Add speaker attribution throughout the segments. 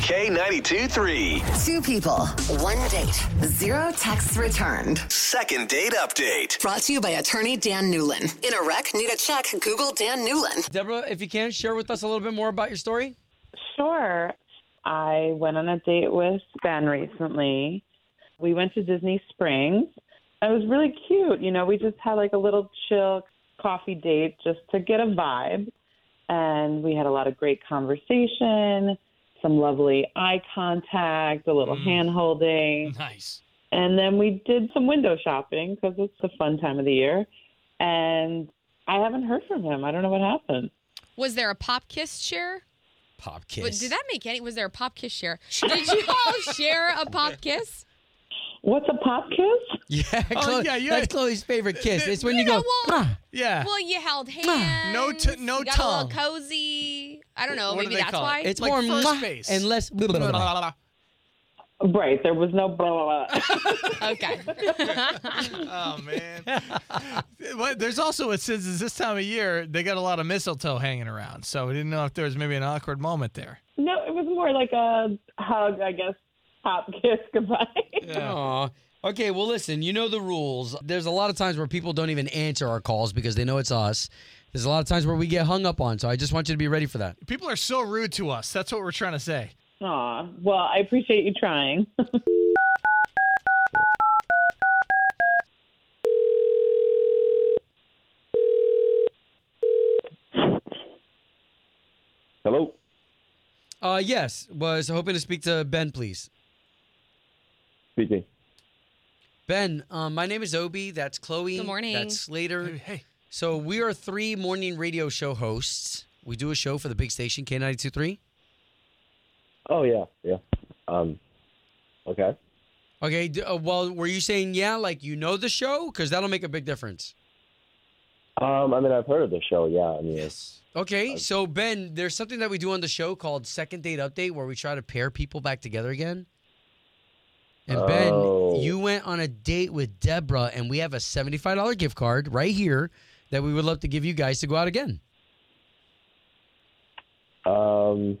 Speaker 1: K92 3.
Speaker 2: Two people, one date, zero texts returned.
Speaker 1: Second date update.
Speaker 2: Brought to you by attorney Dan Newlin. In a wreck, need a check, Google Dan Newlin.
Speaker 3: Deborah, if you can, share with us a little bit more about your story.
Speaker 4: Sure. I went on a date with Ben recently. We went to Disney Springs. It was really cute. You know, we just had like a little chill coffee date just to get a vibe. And we had a lot of great conversation, some lovely eye contact, a little hand holding.
Speaker 3: Nice.
Speaker 4: And then we did some window shopping because it's a fun time of the year. And I haven't heard from him. I don't know what happened.
Speaker 5: Was there a pop kiss share?
Speaker 3: Pop
Speaker 5: But
Speaker 3: kiss.
Speaker 5: Did that make any? Was there a pop kiss share? Did you all share a pop kiss?
Speaker 4: What's a pop kiss?
Speaker 3: Yeah, Chloe,
Speaker 6: Oh, yeah, yeah.
Speaker 3: That's Chloe's favorite kiss. It's when you,
Speaker 5: know,
Speaker 3: go.
Speaker 5: well-
Speaker 3: "Ah."
Speaker 6: Yeah.
Speaker 5: Well, you held hands.
Speaker 6: No t- no
Speaker 5: you got a
Speaker 6: tongue.
Speaker 5: little cozy. I don't know.
Speaker 6: What do
Speaker 5: maybe
Speaker 6: they
Speaker 5: that's
Speaker 6: call it?
Speaker 5: why.
Speaker 3: It's
Speaker 6: Like
Speaker 3: more
Speaker 6: first
Speaker 3: "Mwah"
Speaker 6: base. uh,
Speaker 3: and less. blah,
Speaker 6: Blah,
Speaker 3: blah,
Speaker 6: blah,
Speaker 3: blah,
Speaker 6: blah,
Speaker 3: blah.
Speaker 6: blah.
Speaker 4: Right. There was no blah, blah, blah.
Speaker 5: okay.
Speaker 6: Oh man! well, there's also it says it's this time of year they got a lot of mistletoe hanging around, so we didn't know if there was maybe an awkward moment there.
Speaker 4: No, it was more like a hug, I guess, pop kiss goodbye.
Speaker 3: Aw. Okay, well, listen, you know the rules. There's a lot of times where people don't even answer our calls because they know it's us. There's a lot of times where we get hung up on, so I just want you to be ready for that.
Speaker 6: People are so rude to us. That's what we're trying to say.
Speaker 4: Aw, well, I appreciate you trying.
Speaker 7: Hello.
Speaker 3: Uh, yes, was hoping to speak to Ben, please.
Speaker 7: Speaking.
Speaker 3: Ben, um, my name is Obi. That's Chloe.
Speaker 5: Good morning.
Speaker 3: That's Slater.
Speaker 6: Hey,
Speaker 3: So we are three morning radio show hosts. We do a show for the big station, K92.3.
Speaker 7: Oh yeah, yeah. Um. Okay.
Speaker 3: Okay, d- uh, well, were you saying, yeah, like you know the show? Because that'll make a big difference.
Speaker 7: Um. I mean, I've heard of the show. Yeah. I mean,
Speaker 3: Okay, so Ben, there's something that we do on the show called Second Date Update where we try to pair people back together again. And Ben,
Speaker 7: Oh.
Speaker 3: you went on a date with Deborah, and we have a $75 gift card right here that we would love to give you guys to go out again.
Speaker 7: um.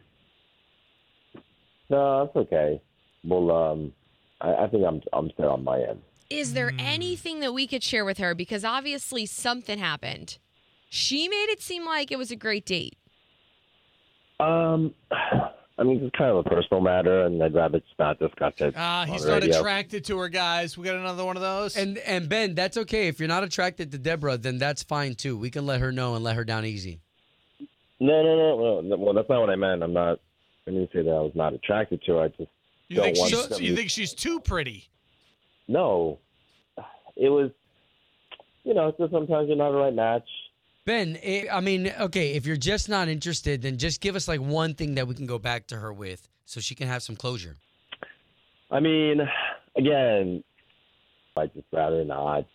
Speaker 7: No, that's okay. Well, um, I, I think I'm I'm still on my end.
Speaker 5: Is there
Speaker 6: Hmm.
Speaker 5: anything that we could share with her? Because obviously something happened. She made it seem like it was a great date.
Speaker 7: Um. I mean, it's kind of a personal matter, and I'd rather it's not discussed. It
Speaker 6: ah,
Speaker 7: on
Speaker 6: he's not
Speaker 7: radio.
Speaker 6: attracted to her, guys. We got another one of those.
Speaker 3: And and Ben, that's okay. If you're not attracted to Deborah, then that's fine too. We can let her know and let her down easy.
Speaker 7: No, no, no, no, no. Well, that's not what I meant. I'm not. I didn't say that I was not attracted to her. I just
Speaker 6: you
Speaker 7: don't
Speaker 6: think
Speaker 7: want
Speaker 6: she's
Speaker 7: to-
Speaker 6: you think she's too pretty?
Speaker 7: no. It was. You know, so sometimes you're not the right match.
Speaker 3: Ben, eh, I mean, okay, if you're just not interested, then just give us like one thing that we can go back to her with so she can have some closure.
Speaker 7: I mean, again, I'd just rather not.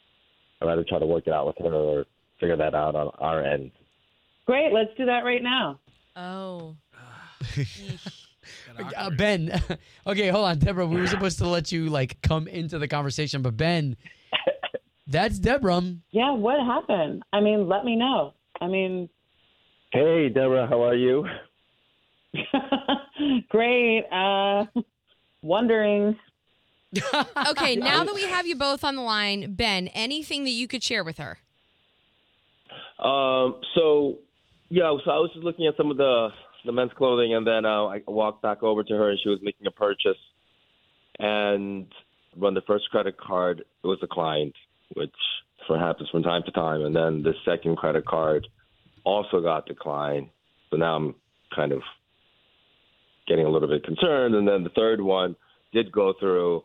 Speaker 7: I'd rather try to work it out with her or figure that out on our end.
Speaker 4: Great, let's do that right now.
Speaker 5: Oh.
Speaker 3: Uh, ben, okay, hold on, Deborah. We were supposed to let you like come into the conversation, but Ben, that's Deborah.
Speaker 4: Yeah, what happened? I mean, let me know. I mean,
Speaker 7: Hey, Deborah, how are you?
Speaker 4: great. Uh, wondering.
Speaker 5: Okay, now that we have you both on the line, Ben, anything that you could share with her?
Speaker 7: Um, so, yeah, so I was just looking at some of the the men's clothing, and then uh, I walked back over to her, and she was making a purchase, and when the first credit card it was declined, which happens from time to time, and then the second credit card also got declined. So now I'm kind of getting a little bit concerned, and then the third one did go through.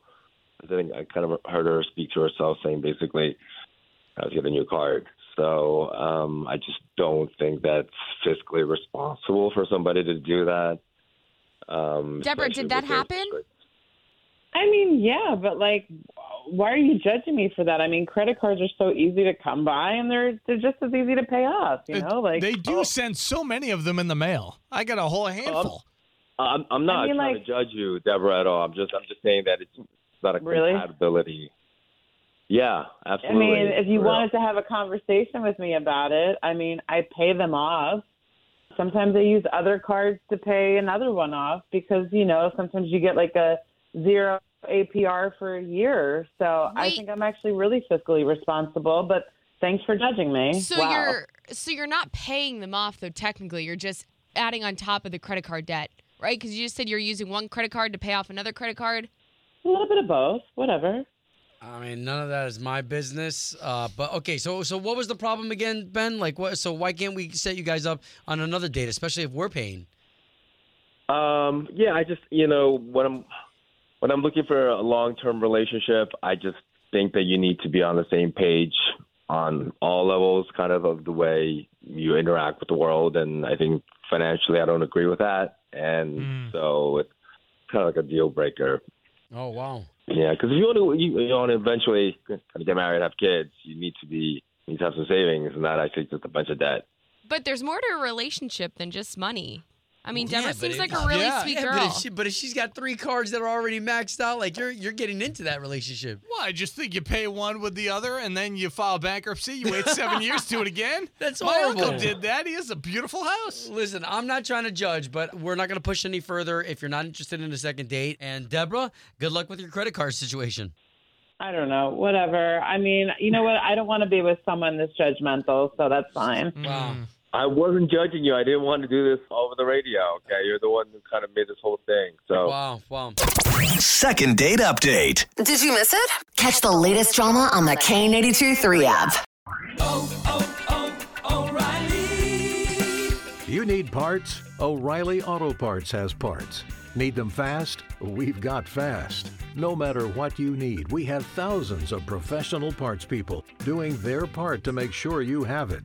Speaker 7: I think I kind of heard her speak to herself, saying basically, I was getting a new card. So um, I just don't think that's fiscally responsible for somebody to do that. Um,
Speaker 5: Deborah,
Speaker 7: especially
Speaker 5: did that
Speaker 7: with their
Speaker 5: happen?
Speaker 7: subscribers.
Speaker 4: I mean, yeah, but like, why are you judging me for that? I mean, credit cards are so easy to come by, and they're they're just as easy to pay off. You know, like oh.
Speaker 6: they do send so many of them in the mail. I got a whole handful.
Speaker 7: Um, I'm, I'm not
Speaker 4: I mean,
Speaker 7: trying
Speaker 4: like-
Speaker 7: to judge you, Deborah, at all. I'm just I'm just saying that it's not a
Speaker 4: Really?
Speaker 7: compatibility. Yeah,
Speaker 4: I
Speaker 7: absolutely.
Speaker 4: mean, if you
Speaker 7: For real.
Speaker 4: wanted to have a conversation with me about it, I mean, I pay them off. Sometimes I use other cards to pay another one off because you know sometimes you get like a zero APR for a year. So I
Speaker 5: Wait.
Speaker 4: think I'm actually really fiscally responsible. But thanks for judging me.
Speaker 5: So
Speaker 4: wow.
Speaker 5: you're so you're not paying them off though. Technically, you're just adding on top of the credit card debt, right? Because you just said you're using one credit card to pay off another credit card.
Speaker 4: a little bit of both, whatever.
Speaker 3: I mean, none of that is my business. Uh, but okay, so so what was the problem again, Ben? Like, what? So why can't we set you guys up on another date, especially if we're paying?
Speaker 7: Um, yeah, I just you know when I'm when I'm looking for a long term relationship, I just think that you need to be on the same page on all levels, kind of of the way you interact with the world. And I think financially, I don't agree with that, and
Speaker 6: Mm.
Speaker 7: so it's kind of like a deal breaker.
Speaker 3: Oh wow.
Speaker 7: Yeah, because if you want to you, you want to eventually kind of get married, have kids, you need to be you need to have some savings, and not actually just a bunch of debt.
Speaker 5: But there's more to a relationship than just money. I mean,
Speaker 3: Yeah,
Speaker 5: Deborah
Speaker 3: but
Speaker 5: seems
Speaker 3: it-
Speaker 5: like a really
Speaker 6: Yeah.
Speaker 5: sweet
Speaker 3: Yeah,
Speaker 5: girl.
Speaker 3: but if, she, but if she's got three cards that are already maxed out, like you're you're getting into that relationship.
Speaker 6: Well, I just think you pay one with the other, and then you file bankruptcy. You wait seven years to do it again.
Speaker 3: That's
Speaker 6: My uncle
Speaker 3: horrible.
Speaker 6: did that. He has a beautiful house.
Speaker 3: Listen, I'm not trying to judge, but we're not going to push any further if you're not interested in a second date. And Deborah, good luck with your credit card situation.
Speaker 4: I don't know, whatever. I mean, you know what? I don't want to be with someone that's judgmental, so that's fine.
Speaker 3: Wow.
Speaker 7: I wasn't judging you. I didn't want to do this over the radio. Okay, you're the one who kind of made this whole thing. So.
Speaker 3: Wow. Wow.
Speaker 1: Second date update.
Speaker 2: Did you miss it? Catch the latest drama on the K82 3 app.
Speaker 8: You need parts? O'Reilly Auto Parts has parts. Need them fast? We've got fast. No matter what you need, we have thousands of professional parts people doing their part to make sure you have it.